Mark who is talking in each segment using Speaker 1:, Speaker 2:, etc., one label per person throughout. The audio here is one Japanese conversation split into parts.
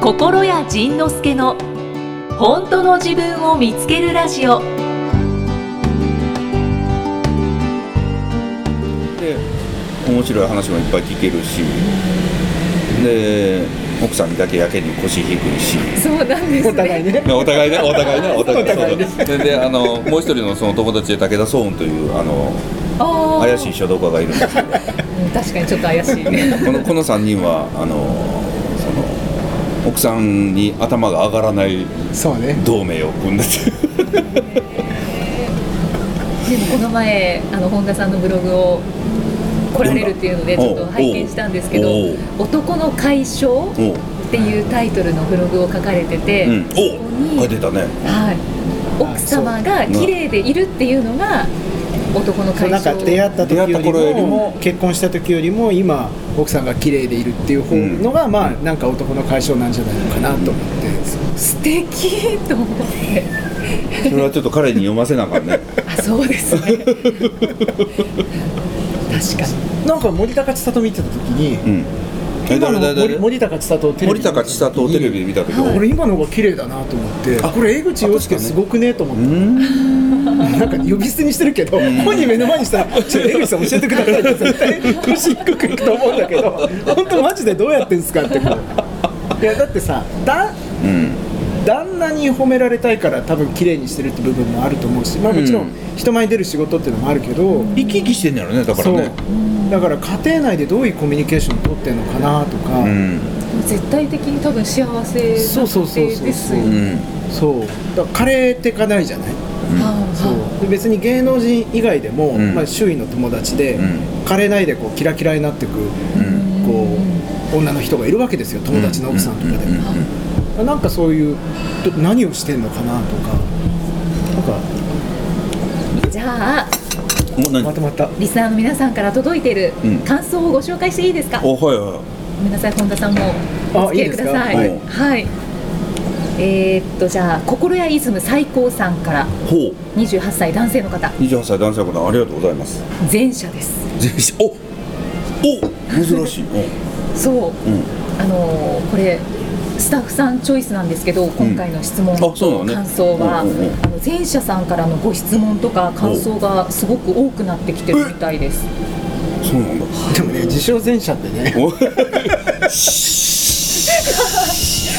Speaker 1: 心谷仁之助の本当の自分を見つけるラジオ
Speaker 2: で面白い話もいっぱい聞けるしで奥さんにだけやけに腰低いし
Speaker 3: そうなんです、ね。
Speaker 4: お互いね。
Speaker 2: まあお互い ねお互いねお互いね
Speaker 4: お互いね
Speaker 2: そうそうでであのもう一人のその友達で武田颯雲というあの
Speaker 3: あ
Speaker 2: 怪しい
Speaker 3: い。
Speaker 2: 書道家がいるんですけど
Speaker 3: うん確かにちょっと怪しい。
Speaker 2: このこの3人はあのその奥さんに頭が上がらない
Speaker 4: そうね。
Speaker 2: 同盟を組んでて。
Speaker 3: でもこの前あの本田さんのブログを来られるっていうのでちょっと拝見したんですけど
Speaker 2: おう
Speaker 3: 「男の解消」
Speaker 2: おう
Speaker 3: っていうタイトルのブログを書かれてて、
Speaker 2: うん、
Speaker 3: こ
Speaker 2: お書いてたね
Speaker 3: はい、奥様が綺麗でいるっていうのが男の
Speaker 4: そう
Speaker 3: 解
Speaker 4: なんか
Speaker 3: 消
Speaker 4: 出会った時よ
Speaker 2: 出会った
Speaker 4: り
Speaker 2: 頃より
Speaker 4: も
Speaker 2: も
Speaker 4: 結婚した時よりも今奥さんが綺麗でいるっていう方のが、まあなんか男の解消なんじゃないのかなと思って、
Speaker 3: 素敵と思って
Speaker 2: それはちょっと彼に読ませなあかんね
Speaker 3: あそうですね確か
Speaker 4: なんか森高千里見てた時
Speaker 2: う
Speaker 4: に、
Speaker 2: んえ
Speaker 4: 今の
Speaker 2: 誰誰
Speaker 4: 森森高千里をテレビ
Speaker 2: 森
Speaker 4: で見た時
Speaker 2: 高千里をテレビで見たけど、
Speaker 4: に俺今の方が綺麗だなと思って
Speaker 2: あ
Speaker 4: これ江口洋介すごくねと思
Speaker 2: う
Speaker 4: って、
Speaker 2: ん
Speaker 4: なんか呼び捨てにしてるけど、本人目の前にしたら「ちょっと江口さん教えてください」って絶対腰低くいくと思うんだけど本当マジでどうやってんすかってもういやだってさだ
Speaker 2: うん
Speaker 4: 旦那に褒められたいから多分綺麗にしてるって部分もあると思うし、まあ、もちろ
Speaker 2: うん
Speaker 4: ん人前に出る仕事っていうのもあるけど、
Speaker 2: 生き生きしてんのやろねだから
Speaker 4: そう
Speaker 2: ね
Speaker 4: だから家庭内でどういうコミュニケーションを取ってるのかなとか、
Speaker 2: うん
Speaker 3: に絶対的に多分幸せな
Speaker 4: そうそうそうそう
Speaker 3: 家庭ですよ
Speaker 2: う
Speaker 3: ね
Speaker 2: ん
Speaker 4: そうだからカレーってかないじゃないそう
Speaker 3: は
Speaker 4: で別に芸能人以外でも、
Speaker 2: うん
Speaker 4: まあ、周囲の友達で、
Speaker 2: うん
Speaker 4: カレー内でこうキラキラになってく、
Speaker 2: うん
Speaker 4: こう女の人がいるわけですよ友達の奥さんとかでも、
Speaker 2: うんうんうん
Speaker 4: なんかそういうど何をしてんのかなとかなんか
Speaker 3: いはいじゃあ
Speaker 2: お何
Speaker 4: またまた
Speaker 3: リスナーの皆さんから届いている
Speaker 2: うん
Speaker 3: 感想をご紹介していいですか、
Speaker 2: おはいはい
Speaker 3: ごめんなさい本田さんもお付き合いください
Speaker 2: あいいです
Speaker 3: はい、えー、っとじゃあ心屋イズム最高さんから
Speaker 2: ほう
Speaker 3: 28歳男性の方
Speaker 2: 28歳男性の方ありがとうございます
Speaker 3: 前者です
Speaker 2: ぜひおお珍しい
Speaker 3: そう
Speaker 2: おうん
Speaker 3: あのーこれスタッフさんチョイスなんですけど今回の質問
Speaker 2: あそうなの
Speaker 3: と
Speaker 2: ね
Speaker 3: 感想は、
Speaker 2: うんうんうん
Speaker 3: あの前者さんからのご質問とか感想がすごく多くなってきてるみたいです
Speaker 2: そうなんだ
Speaker 4: でもね自称前者ってね
Speaker 2: お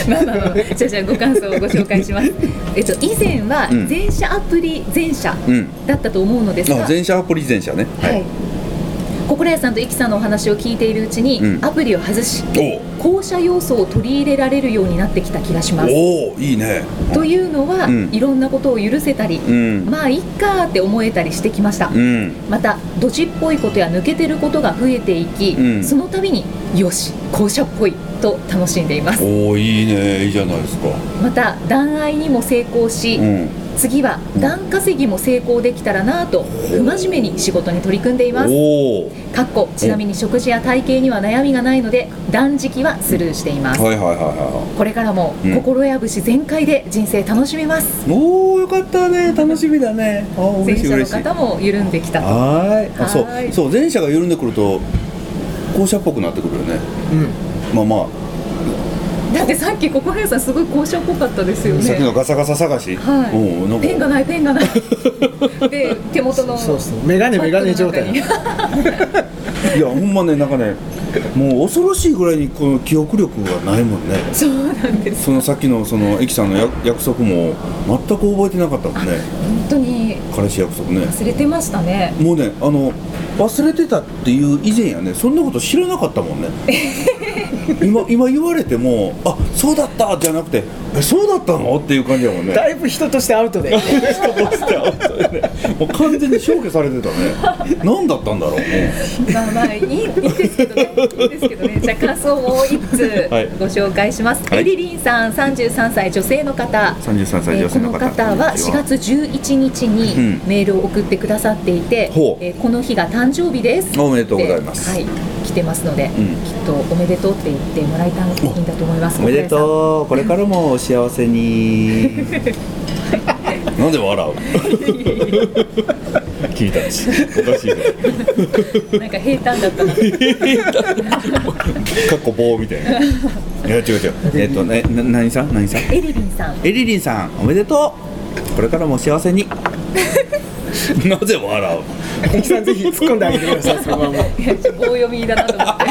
Speaker 3: まあまあまあじゃあじゃあご感想をご紹介します。えっと以前は
Speaker 2: うん
Speaker 3: 全社アプリ全社
Speaker 2: うん
Speaker 3: だったと思うのですが、
Speaker 2: あ前者アプリ前者ね
Speaker 3: はい。心屋さんとイキさんのお話を聞いているうちに、
Speaker 2: うん
Speaker 3: アプリを外し
Speaker 2: おう
Speaker 3: 校舎要素を取り入れられるようになってきた気がします。
Speaker 2: おおいいね
Speaker 3: というのは、
Speaker 2: うん
Speaker 3: いろんなことを許せたり、
Speaker 2: うん
Speaker 3: まあいっかーって思えたりしてきました。
Speaker 2: うん
Speaker 3: またドジっぽいことや抜けてることが増えていき、
Speaker 2: うん
Speaker 3: その度によし校舎っぽいと楽しんでいます
Speaker 2: おおいいねいいじゃないですか
Speaker 3: また談愛にも成功し、
Speaker 2: うん
Speaker 3: 次は段稼ぎも成功できたらなぁと不真面目に仕事に取り組んでいます
Speaker 2: おお
Speaker 3: かっこちなみに食事や体型には悩みがないので断食はスルーしています、
Speaker 2: はいはいはいは
Speaker 3: これからも
Speaker 2: うん
Speaker 3: 心や節全開で人生楽しみます、
Speaker 2: いおおよかったね楽しみだねあー
Speaker 3: 前
Speaker 2: 嬉し
Speaker 3: 者
Speaker 2: い
Speaker 3: の
Speaker 2: 嬉しい
Speaker 3: 方も緩んできたと
Speaker 2: はーいあそ
Speaker 3: はーいう
Speaker 2: そう前者が緩んでくると校舎っぽくなってくるよねまあまあ
Speaker 3: だってさっき心屋さんすごい校舎っぽかったですよ
Speaker 2: さっき
Speaker 3: ね
Speaker 2: のガサガサ探し、
Speaker 3: はい
Speaker 2: うんなんか
Speaker 3: ペンがないペンがない で手元
Speaker 4: う
Speaker 3: の
Speaker 4: んそうそうメガネメガネ状態
Speaker 3: パッ
Speaker 2: いやほんまねなんかねもう恐ろしいぐらいにこの記憶力がないもんね
Speaker 3: そうなんです
Speaker 2: そのさっきのその駅さんのや約束も全く覚えてなかったもんね
Speaker 3: 本当に
Speaker 2: 彼氏約束ね
Speaker 3: 忘れてましたね
Speaker 2: もうねあの忘れてたっていう以前やねそんなこと知らなかったも んね今今言われてもあそうだったじゃなくてえそうだったのっていう感じやもんね
Speaker 4: だいぶ人としてアウト で
Speaker 2: もう完全に消去されてた ね何だったんだろうね
Speaker 3: まあまあいいいいですけどね。いいですけどね。じゃあ感想を一つ
Speaker 2: はい
Speaker 3: ご紹介します。
Speaker 2: はい
Speaker 3: エリリンさん、三十三歳女性の方。
Speaker 2: 33歳
Speaker 3: え
Speaker 2: 女
Speaker 3: ーこ
Speaker 2: 性
Speaker 3: の
Speaker 2: の方
Speaker 3: 方は4月11日に
Speaker 2: うん
Speaker 3: メールを送ってくださっていて、
Speaker 2: ほう
Speaker 3: えーこの日が誕生日です
Speaker 2: おめでとうございます
Speaker 3: ってはい、来てますので、
Speaker 2: ん
Speaker 3: きっとおめでとうって言ってもらえたんだと思います
Speaker 2: おめでとうこれからもお幸せに
Speaker 3: う
Speaker 2: なんで 笑う聞いたしおかしいぞ
Speaker 3: なんか平坦だったの
Speaker 2: かっこ棒みたいないや違う違うえっとねな何さん何さん
Speaker 3: エリリンさん
Speaker 2: エリリンさんおめでとうこれからも幸せに なぜ笑
Speaker 4: 大木さんぜひ突っ込んであげてくださいそのまま
Speaker 3: いやちょっと棒読みだなと思って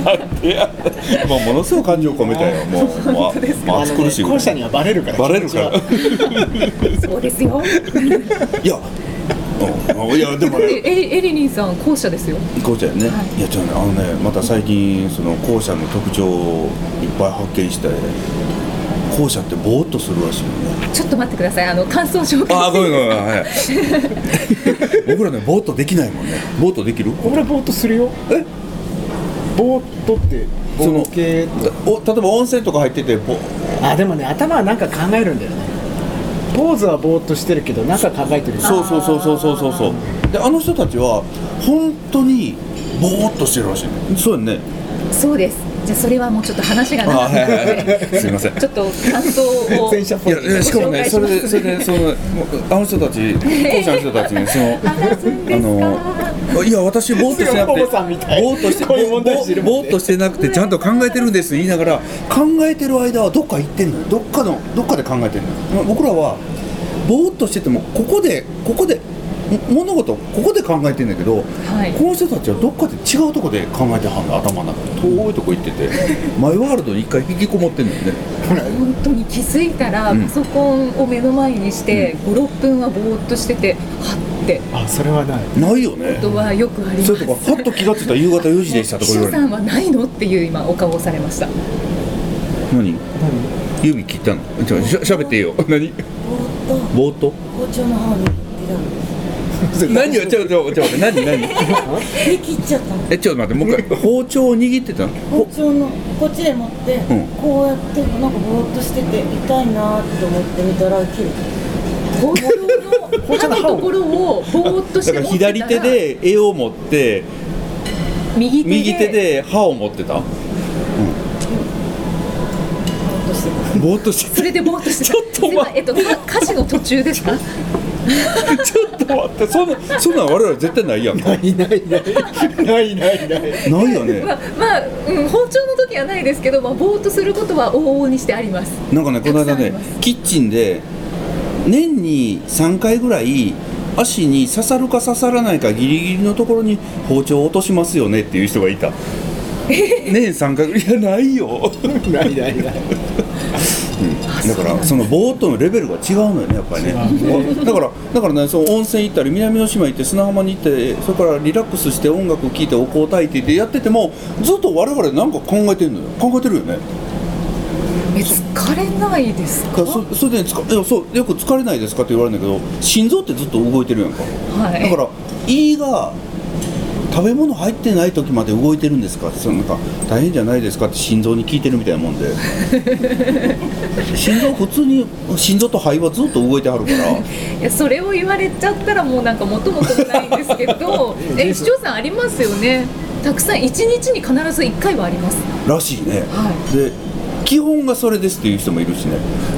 Speaker 2: うなんでやもうものすごい感情込めたよもうもうもう暑苦しい
Speaker 4: あ
Speaker 2: ぐら
Speaker 4: のね後者
Speaker 2: い
Speaker 4: にはバレるから
Speaker 2: バレるから
Speaker 4: 気持ちは
Speaker 3: そうですよ
Speaker 2: いやうんいやでも
Speaker 3: え
Speaker 2: ね
Speaker 3: エエリリンさん後者ですよ
Speaker 2: 校舎やね、い、や違うねあのねまた最近その校舎の特徴をいっぱい発見して校舎ってぼーっとするらしいよね
Speaker 3: ちょっと待ってくださいあの感想紹介
Speaker 2: ああごめんごめんはい 僕らねぼーっとできないもんねぼーっとできる
Speaker 4: 俺ぼーっとするよえぼーっとってぼ
Speaker 2: その
Speaker 4: ーけーっと
Speaker 2: お例えば温泉とか入っててぼ
Speaker 4: あでもね頭はなんか考えるんだよねポーズはぼーっとしてるけど中考えてるよ
Speaker 2: そうそうそうそうそうそうそうであの人たちは本当にぼーっとしてるらしいねそうやね
Speaker 3: そうですじゃあそれはもうちょっと話が
Speaker 2: あー
Speaker 3: 長くな
Speaker 2: は
Speaker 3: い
Speaker 2: はいはいすいません
Speaker 3: ちょっと感想を
Speaker 4: 前者っ
Speaker 2: い
Speaker 4: ぽ
Speaker 2: やいやしかもねそれでそれでそのもうあの人たち後者の人たちにその あのいや私ぼーっとしてなくて
Speaker 4: ボボさんみたい
Speaker 2: ぼーっとして
Speaker 4: こういう問題児いるもんね
Speaker 2: ぼーっとしてなくてちゃんと考えてるんです言いながら考えてる間はどっか行ってんのよどっかのどっかで考えてんのよ僕らはぼーっとしててもここでここでも物事ここで考えてんだけど、
Speaker 3: はい
Speaker 2: この人たちはどっかで違うとこで考えてはんの頭の中で遠いとこ行って てマイワールドに一回引きこもってんのよね
Speaker 3: 本当に気づいたら
Speaker 2: うん
Speaker 3: パソコンを目の前にして56分はぼーっとしててはって
Speaker 4: あそれはない
Speaker 2: ないよね
Speaker 3: ことはよくあります
Speaker 2: それとか、パッと気がついたら夕方4時でしたと
Speaker 3: 秘
Speaker 2: か言
Speaker 3: 書
Speaker 2: われ
Speaker 3: さ
Speaker 2: る。
Speaker 3: んはないのっていう今お顔をされました
Speaker 2: 何指切ったのちょ、しゃしゃべっていいよ。何ぼーっと
Speaker 5: 包丁の方に出たの
Speaker 2: 何を、ちょ、ちょ、ちょ、何、何
Speaker 5: 手切っちゃったの
Speaker 2: え、ちょっと待って、もう一回。 包丁を握ってたの
Speaker 5: 包丁のこっちで持って、
Speaker 2: ん
Speaker 5: こうやってなんかぼーっとしてて痛いなーと思って見たら切る
Speaker 3: 包丁の刃のところをぼーっとし
Speaker 2: だ
Speaker 3: て
Speaker 2: から
Speaker 3: 持ってたら
Speaker 2: 左手で絵を持って、
Speaker 3: 右手で
Speaker 2: 右手で歯を持ってた
Speaker 5: ぼーっとしてた
Speaker 2: ぼーっとして
Speaker 3: それでぼーっとしてちょっ
Speaker 2: と待
Speaker 3: えっとか歌詞の途中ですか
Speaker 2: た。 ちょっと待って、そんな、そんなん我々絶対ないやんか。
Speaker 4: ないないないないないない
Speaker 2: ないよ
Speaker 3: ま
Speaker 2: ね。
Speaker 3: あ、まあうん、包丁の時はないですけど、まあ、ぼーっとすることは往々にしてあります
Speaker 2: なんかね、この
Speaker 3: たくさん
Speaker 2: 間ね
Speaker 3: ありま、
Speaker 2: キッチンで、年に3回ぐらい、足に刺さるか刺さらないかギリギリのところに包丁を落としますよねっていう人が いた。年3回ぐらい、いや、ないよ。
Speaker 4: ないないない
Speaker 2: だから、そのボートのレベルが違うのよね、やっぱりね。だから、だからね、その温泉行ったり、南の島行って、砂浜に行って、それからリラックスして音楽を聴いて、お香を焚いてってやってても、ずっと我々なんか考えてるのよ。考えてるよね。
Speaker 3: え疲れないです
Speaker 2: だか
Speaker 3: から
Speaker 2: そそれでつかいやそうよく疲れないですかって言われるんだけど心臓ってずっと動いてるやんか、
Speaker 3: はい
Speaker 2: だから胃が食べ物入ってない時まで動いてるんですかってそのなんか大変じゃないですかって心臓に聞いてるみたいなも んで心臓普通に心臓と肺はずっと動いてはるか ら
Speaker 3: いやそれを言われちゃったらもうなんか元も子もないんです けどえ市長さんありますよねたくさん一日に必ず一回はあります
Speaker 2: らしいね、
Speaker 3: は
Speaker 2: で基本がそれですっていう人もいるし ね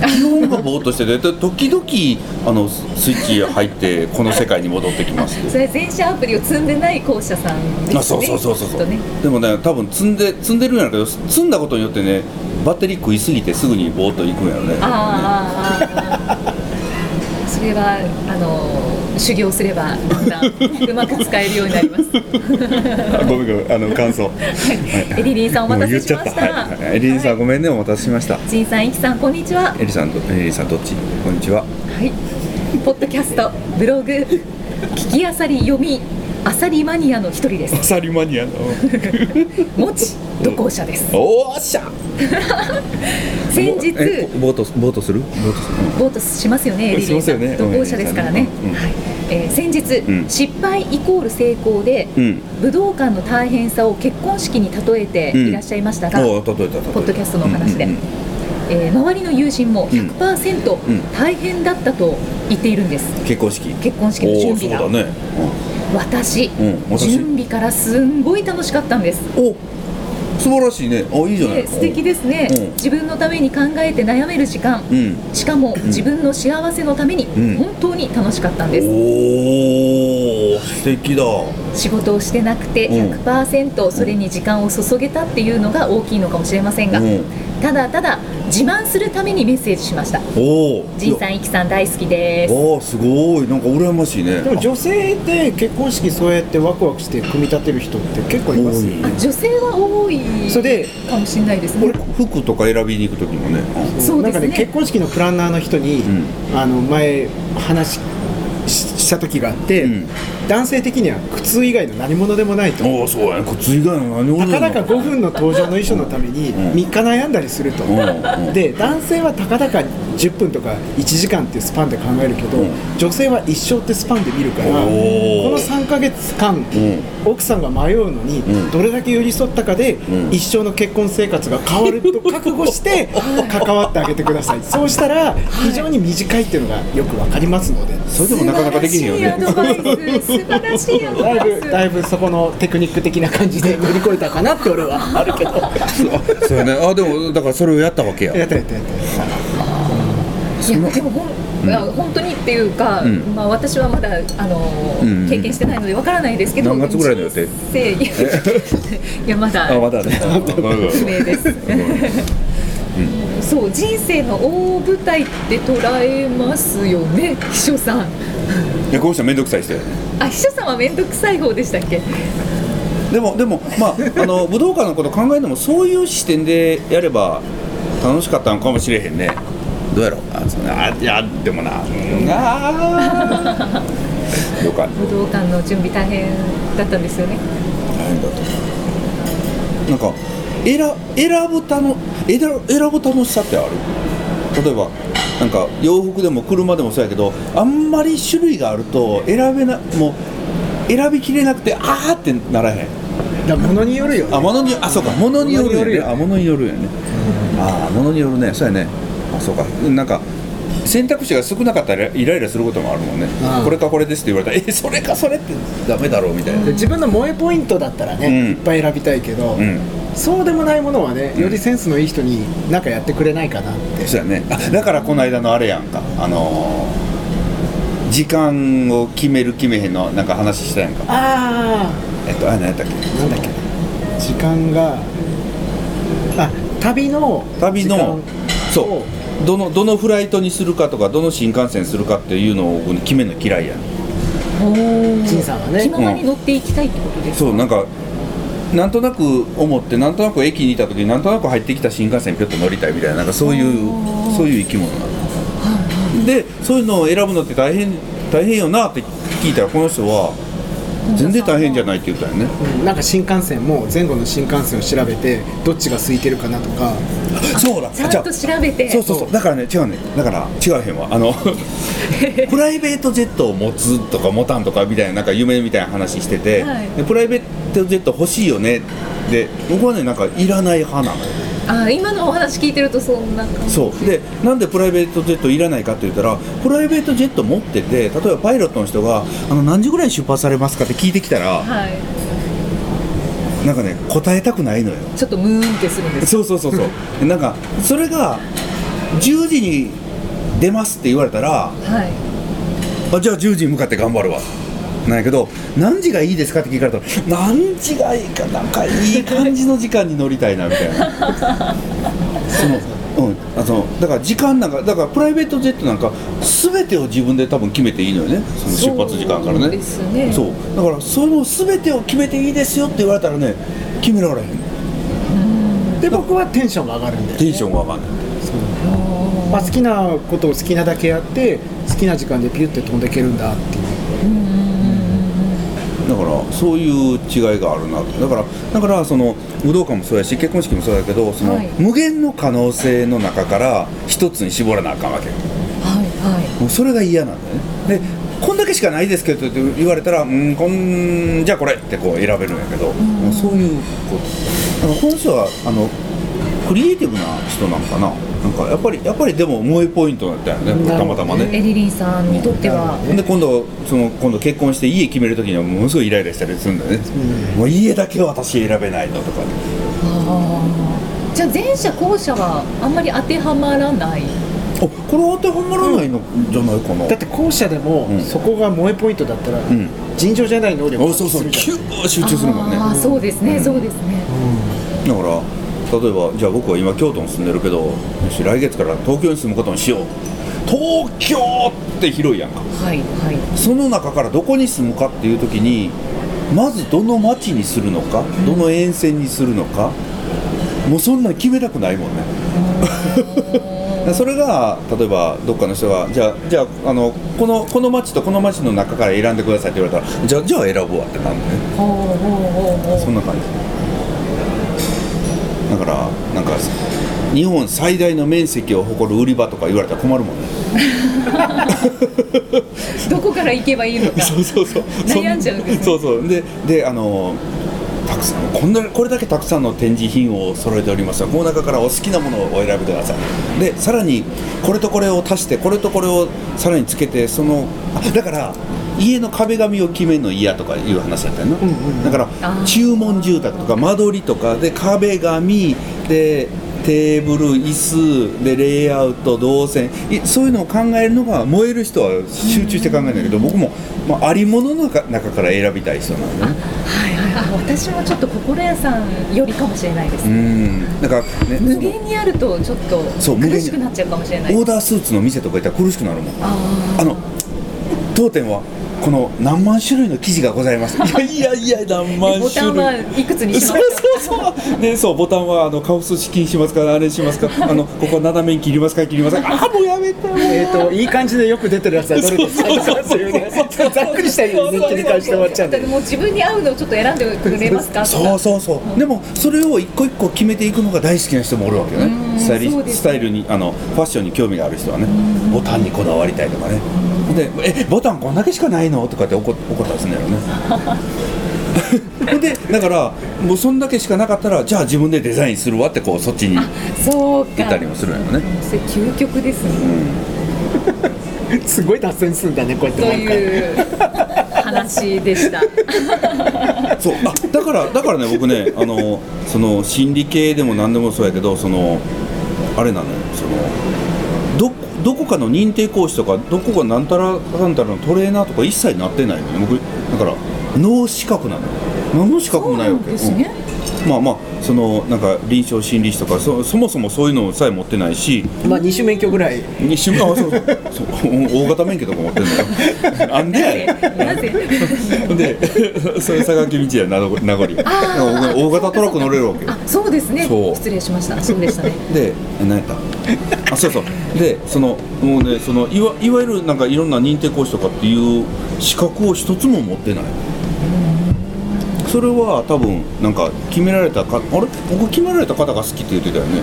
Speaker 2: 基本がぼーっとしててで時々あのスイッチ入ってこの世界に戻ってきます
Speaker 3: それ全社アプリを積んでない校舎さんですね
Speaker 2: あそうそうそうそう
Speaker 3: き
Speaker 2: そ
Speaker 3: っと
Speaker 2: う、
Speaker 3: ね
Speaker 2: でもね多分積んで積んでるんやろうけど積んだことによってねバッテリー食いすぎてすぐにボーっと行くんやろね
Speaker 3: あーあーあー それはあの修行すればだんだんうまく使えるようになります。
Speaker 2: あごめんごめんあの感想
Speaker 3: エリリンさんお待たせしました。
Speaker 2: はいエリリさん、ごめんねお待たせしました
Speaker 3: ジンさん、イキさん、こんにちは。
Speaker 2: エリさんとエリリさんどっちこんにちは
Speaker 3: はい、ポッドキャスト、ブログ、聞きあさり読み、あさりマニアの一人です。
Speaker 2: サリマニアの
Speaker 3: もち、渡航者です。
Speaker 2: おーっしゃ
Speaker 3: 先日、
Speaker 2: えボートボートするボ
Speaker 3: ボー
Speaker 2: ートする
Speaker 3: トしますよね、エリリンさ
Speaker 2: しますよね
Speaker 3: ん。渡航者ですからね
Speaker 2: うん。
Speaker 3: はいえー先日、
Speaker 2: うん
Speaker 3: 失敗イコール成功で、
Speaker 2: うん
Speaker 3: 武道館の大変さを結婚式に例えていらっしゃいましたが、
Speaker 2: おー例えた例えた
Speaker 3: ポッドキャストのお話で
Speaker 2: うんうん
Speaker 3: えー周りの友人も
Speaker 2: うん
Speaker 3: 100%大変だったと言っているんです、
Speaker 2: うん結婚式
Speaker 3: 結婚式の準備が、
Speaker 2: おーそうだね、
Speaker 3: 私,、
Speaker 2: うん私
Speaker 3: 準備からすんごい楽しかったんです
Speaker 2: うんお素晴らしいねあいいじゃない
Speaker 3: で素敵ですね、
Speaker 2: うん
Speaker 3: 自分のために考えて悩める時間、
Speaker 2: うん
Speaker 3: しかも自分の幸せのために
Speaker 2: ん
Speaker 3: 本当に楽しかったんです、
Speaker 2: おお素敵だ
Speaker 3: 仕事をしてなくて
Speaker 2: うん
Speaker 3: 100%それに時間を注げたっていうのが大きいのかもしれませんが、
Speaker 2: うん
Speaker 3: ただただ自慢するためにメッセージしました
Speaker 2: おお
Speaker 3: じいさんいきさん大好きです
Speaker 2: ああすごいなんか羨ましいね
Speaker 4: でも女性で結婚式そうやってワクワクして組み立てる人って結構いますよね
Speaker 2: 多い
Speaker 3: 女性は多い
Speaker 4: それで
Speaker 3: かもしれないですね
Speaker 2: 俺服とか選びに行く時もねあ
Speaker 3: そうですね
Speaker 4: なんかね結婚式のプランナーの人に、あの前話しした時があって、
Speaker 2: うん
Speaker 4: 男性的には靴以外の何物でもないと
Speaker 2: おおそうやね靴以外の何も
Speaker 4: たか
Speaker 2: な
Speaker 4: だ
Speaker 2: い
Speaker 4: か
Speaker 2: の
Speaker 4: 5分の登場の衣装のために
Speaker 2: ん
Speaker 4: 3日悩んだりすると、
Speaker 2: うんうん
Speaker 4: で男性はたかだか10分とか1時間っていうスパンで考えるけど、
Speaker 2: うん
Speaker 4: 女性は一生ってスパンで見るからこ
Speaker 2: おー
Speaker 4: の3ヶ月間、
Speaker 2: ん
Speaker 4: 奥さんが迷うのに、
Speaker 2: うん
Speaker 4: どれだけ寄り添ったかで、
Speaker 2: ん
Speaker 4: 一生の結婚生活が変わると覚悟して関わってあげてくださいそうしたら非常に短いっていうのがよくわかりますので。
Speaker 2: それでもなかなかできへんよね
Speaker 3: 素晴らしいアドバイス素晴らしいアド
Speaker 4: だ
Speaker 3: バ
Speaker 4: い
Speaker 3: イ
Speaker 4: ぶ
Speaker 3: ス
Speaker 4: だいぶそこのテクニック的な感じで乗り越えたかなって俺はあるけど
Speaker 2: あそうやねあでもだからそれをやったわけや
Speaker 4: やったやったやった
Speaker 3: いやでもほん、いや本当にっていうか、
Speaker 2: ん
Speaker 3: まあ私はまだあのー、
Speaker 2: うんうん
Speaker 3: 経験してないのでわからないですけど、
Speaker 2: 何月ぐらいの予定
Speaker 3: 人生いや いやまだ
Speaker 2: あまだ ね
Speaker 3: 不明です。そう人生の大舞台って捉えますよね、秘書さん。
Speaker 2: いやこうしたら面倒くさい人やね
Speaker 3: あ、秘書さんは面倒くさい方でしたっけ？
Speaker 2: でもでもまああの武道館のこと考えてもそういう視点でやれば楽しかったのかもしれへんねどうやろうあそうねあいやでもなうんあーよかった
Speaker 3: 武道館の準備大変だったんですよね。
Speaker 2: 大変だとなんか選選ぶたの選選ぶ楽しさってある例えばなんか洋服でも車でもそうやけどあんまり種類があると選べなもう選びきれなくてあーってならへん
Speaker 4: だものによるよ、ね、
Speaker 2: あ、ものに、あ、そうか、ものによるよ
Speaker 4: 物に
Speaker 2: ね。
Speaker 4: よるよ
Speaker 2: あ、ものによるよね。あー、ものによるね、そうやね。あ、そうか、なんか。選択肢が少なかったらイライラすることもあるもんね
Speaker 4: う。ん
Speaker 2: これかこれですって言われたら、え、それかそれってダメだろうみたいな。
Speaker 4: 自分の萌えポイントだったらね、
Speaker 2: うん
Speaker 4: いっぱい選びたいけど、
Speaker 2: うん
Speaker 4: そうでもないものはねよりセンスのいい人になんかやってくれないかなって、
Speaker 2: そうやね。あ、だからこの間のあれやんか。あのー時間を決める決めへんのなんか話したやんか。
Speaker 4: あ
Speaker 2: えっとあれ何やったっけ？
Speaker 4: あなんだっけ時間があ旅の
Speaker 2: 旅
Speaker 4: 時
Speaker 2: の
Speaker 4: 間
Speaker 2: そうどのどのフライトにするかとかどの新幹線するかっていうのを僕決めるの嫌いやねん。
Speaker 3: おお。
Speaker 4: 陳さんはね
Speaker 3: 気ままに乗っていきたいってことです。
Speaker 2: そうなんかなんとなく思ってなんとなく駅にいた時になんとなく入ってきた新幹線にピョッと乗りたいみたいななんかそういうそういう生き物なのでそういうのを選ぶのって大変大変よなって聞いたらこの人は全然大変じゃないって言ったよね
Speaker 4: うんなんか新幹線も前後の新幹線を調べてどっちが空いてるかなとか
Speaker 2: そうだ
Speaker 3: ちゃんと調べて。
Speaker 2: そうそうそうだからね違うねだから違うへんわ あのプライベートジェットを持つとか持たんとかみたいななんか夢みたいな話してて、
Speaker 3: はい
Speaker 2: でプライベートジェット欲しいよねで僕はねなんかいらない派なの
Speaker 3: あ、今のお話聞いてるとそんな感じ。
Speaker 2: そうでなんでプライベートジェットいらないかって言ったらプライベートジェット持ってて例えばパイロットの人があの何時ぐらい出発されますかって聞いてきたら
Speaker 3: はい。
Speaker 2: なんかね答えたくないのよ
Speaker 3: ちょっとムーンってするんです。
Speaker 2: そうそうそうそうでなんかそれが10時に出ますって言われたら
Speaker 3: はい。
Speaker 2: あじゃあ10時に向かって頑張るわなんやけど何時がいいですかって聞かれたら何時がいいかなんかいい感じの時間に乗りたいなみたい なそのうんあそのだから時間なんかだからプライベートジェットなんか全てを自分で多分決めていいのよねその出発時間からね
Speaker 3: そうですね
Speaker 2: そうだからその全てを決めていいですよって言われたらね決められへん
Speaker 4: で僕はテンションが上がるんで
Speaker 2: テンションが上がんない
Speaker 4: あ好きなことを好きなだけやって好きな時間でピュッて飛んでいけるんだっていう
Speaker 2: だからそういう違いがあるなとだからだからその武道館もそうやし結婚式もそうやけどその、
Speaker 3: はい
Speaker 2: 無限の可能性の中から一つに絞らなあかんわけ
Speaker 3: はいは
Speaker 2: もうそれが嫌なんだよねでこんだけしかないですけどって言われたらうんこんじゃあこれってこう選べるんやけどもうそういうことだからこの人はあのクリエイティブな人なんかななんかやっぱりやっぱりでも萌えポイントだったよねたまたまね
Speaker 3: エリリンさんにとっては
Speaker 2: で今度その今度結婚して家決める時にはものすごいイライラしたりするんだよね、もう家だけは私選べないのとか
Speaker 3: じゃあ前者後者はあんまり当てはまらない
Speaker 2: あこれ当てはまらないのじゃないかな、
Speaker 4: だって後者でも、
Speaker 2: うん
Speaker 4: そこが萌えポイントだったら、
Speaker 2: ん
Speaker 4: 尋常じゃない能力を
Speaker 2: お
Speaker 4: 発
Speaker 2: そうそ
Speaker 4: 揮す
Speaker 2: う
Speaker 4: るじ
Speaker 2: キ
Speaker 4: ゃ
Speaker 2: ュ
Speaker 4: ん
Speaker 2: ッ集中するもんね
Speaker 3: ああそうですね、そうですね
Speaker 2: だから例えばじゃあ僕は今京都に住んでるけどよし来月から東京に住むことにしよう東京って広いやんか
Speaker 3: はいは
Speaker 2: その中からどこに住むかっていう時にまずどの町にするのかどの沿線にするのかもうそんなん決めたくないもんね それが例えばどっかの人がじゃあじゃああのこのこの町とこの町の中から選んでくださいって言われたらじゃあじゃあ選ぶわってなるのね
Speaker 3: いほうほうほうほう
Speaker 2: そんな感じだからなんか日本最大の面積を誇る売り場とか言われたら困るもんね
Speaker 3: どこから行けばいいのか
Speaker 2: そうそうそう
Speaker 3: 悩んじゃうんですね
Speaker 2: そうそうでであのたくさんこんなこれだけたくさんの展示品を揃えておりますがこの中からお好きなものをお選びくださいでさらにこれとこれを足してこれとこれをさらにつけてそのあだから家の壁紙を決めるの嫌とかいう話だったよな、だから
Speaker 3: ー
Speaker 2: 注文住宅とか間取りとかで壁紙でテーブル椅子でレイアウト動線いそういうのを考えるのが燃える人は集中して考えるんだけど僕も、まあ、ありものの中中から選びたい人なんだね
Speaker 3: はいはいあ私もちょっと心屋さんよりかもしれないです、
Speaker 2: うんだからね
Speaker 3: 無限にあるとちょっと
Speaker 2: そう無限に
Speaker 3: 苦しくなっちゃうかもしれな
Speaker 2: そ
Speaker 3: い
Speaker 2: のオーダースーツの店とか行ったら苦しくなるもん
Speaker 3: あ
Speaker 2: あの当店はこの何万種類の生地がござ いますいやいやいや何
Speaker 3: あ
Speaker 2: 万種類
Speaker 3: ボタンはいくつにします
Speaker 2: そうそうそう。ね、そう、ボタンは、あの、カオス資金しますか、あれしますか、あの、ここは斜めに切りますか、切りますか。あ、もうやめた。
Speaker 4: えー、といい感じでよく出てるやつはどれですかとかっていうね ざっくりした意味で切り返して終わっちゃうんだ
Speaker 3: だって
Speaker 4: よ
Speaker 3: もう自分に合うのをちょっと選んでくれますかと
Speaker 2: そう
Speaker 3: か
Speaker 2: そうそう。でも、それを一個一個決めていくのが大好きな人もおるわけよ
Speaker 3: うん
Speaker 2: ね。スタイリ
Speaker 3: そうですね
Speaker 2: スタイルに、あの、ファッションに興味がある人はね、ボタンにこだわりたいとかね。で、え、ボタンこんだけしかないのとかって怒怒ったりするんだ よね。ほんでだからもうそんだけしかなかったらじゃあ自分でデザインするわってこうそっちに行
Speaker 3: そうか
Speaker 2: ったりもするんやろね
Speaker 3: それ究極ですね、
Speaker 4: すごい脱線するんだねこうやって
Speaker 3: と
Speaker 4: 毎回
Speaker 3: いう話でした。
Speaker 2: そうあだからだからね僕ねあのその心理系でも何でもそうやけどそのあれなのよそのどどこかの認定講師とかどこかなんたらかんたらのトレーナーとか一切なってないのね僕だから脳資格なのよ何の資格もないわけ
Speaker 3: ですね。
Speaker 2: うんまあまあそのなんか臨床心理士とかそそもそもそういうのさえ持ってないし
Speaker 4: まあ二種免許ぐらい
Speaker 2: にしあそうそうそう大型免許とか持ってんのよなんでやねん
Speaker 3: なぜ？
Speaker 2: で、 それ坂木道や名残名残
Speaker 3: あー
Speaker 2: 大型トラック乗れるわけよ
Speaker 3: あ、そうですね
Speaker 2: そう。
Speaker 3: 失礼しました。そうでしたね。
Speaker 2: で何やったあそうそうでそのもうねそのいわいわゆるなんかいろんな認定講師とかっていう資格を一つも持ってないそれは多分なんか決められたかあれ僕決められた方が好きって言ってたよね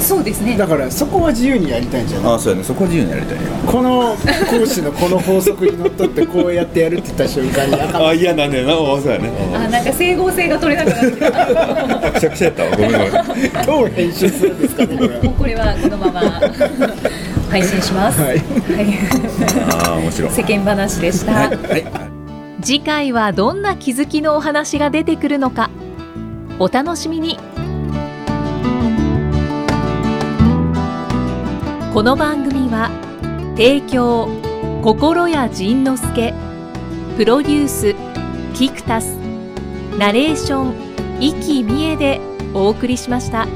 Speaker 3: そうですね。
Speaker 4: だからそこは自由にやりたいんじゃない
Speaker 2: あそうやねそこは自由にやりたいね
Speaker 4: この講師のこの法則にのっとってこうやってやるって言った瞬間に赤
Speaker 2: あ嫌なんだよなそうやね
Speaker 3: あ、なんか整合性が取れなくなってきた。
Speaker 2: くしゃくしゃやったわごめんごめん
Speaker 4: どう編集するんですかねこれは
Speaker 3: もうこれはこのま ま配信します。
Speaker 4: はい
Speaker 3: は
Speaker 2: ああ面白い
Speaker 3: い世間話でした。
Speaker 2: はい、はい
Speaker 1: 次回はどんな気づきのお話が出てくるのかお楽しみにこの番組は提供心谷仁之助プロデュースキクタスナレーション生きみえでお送りしました。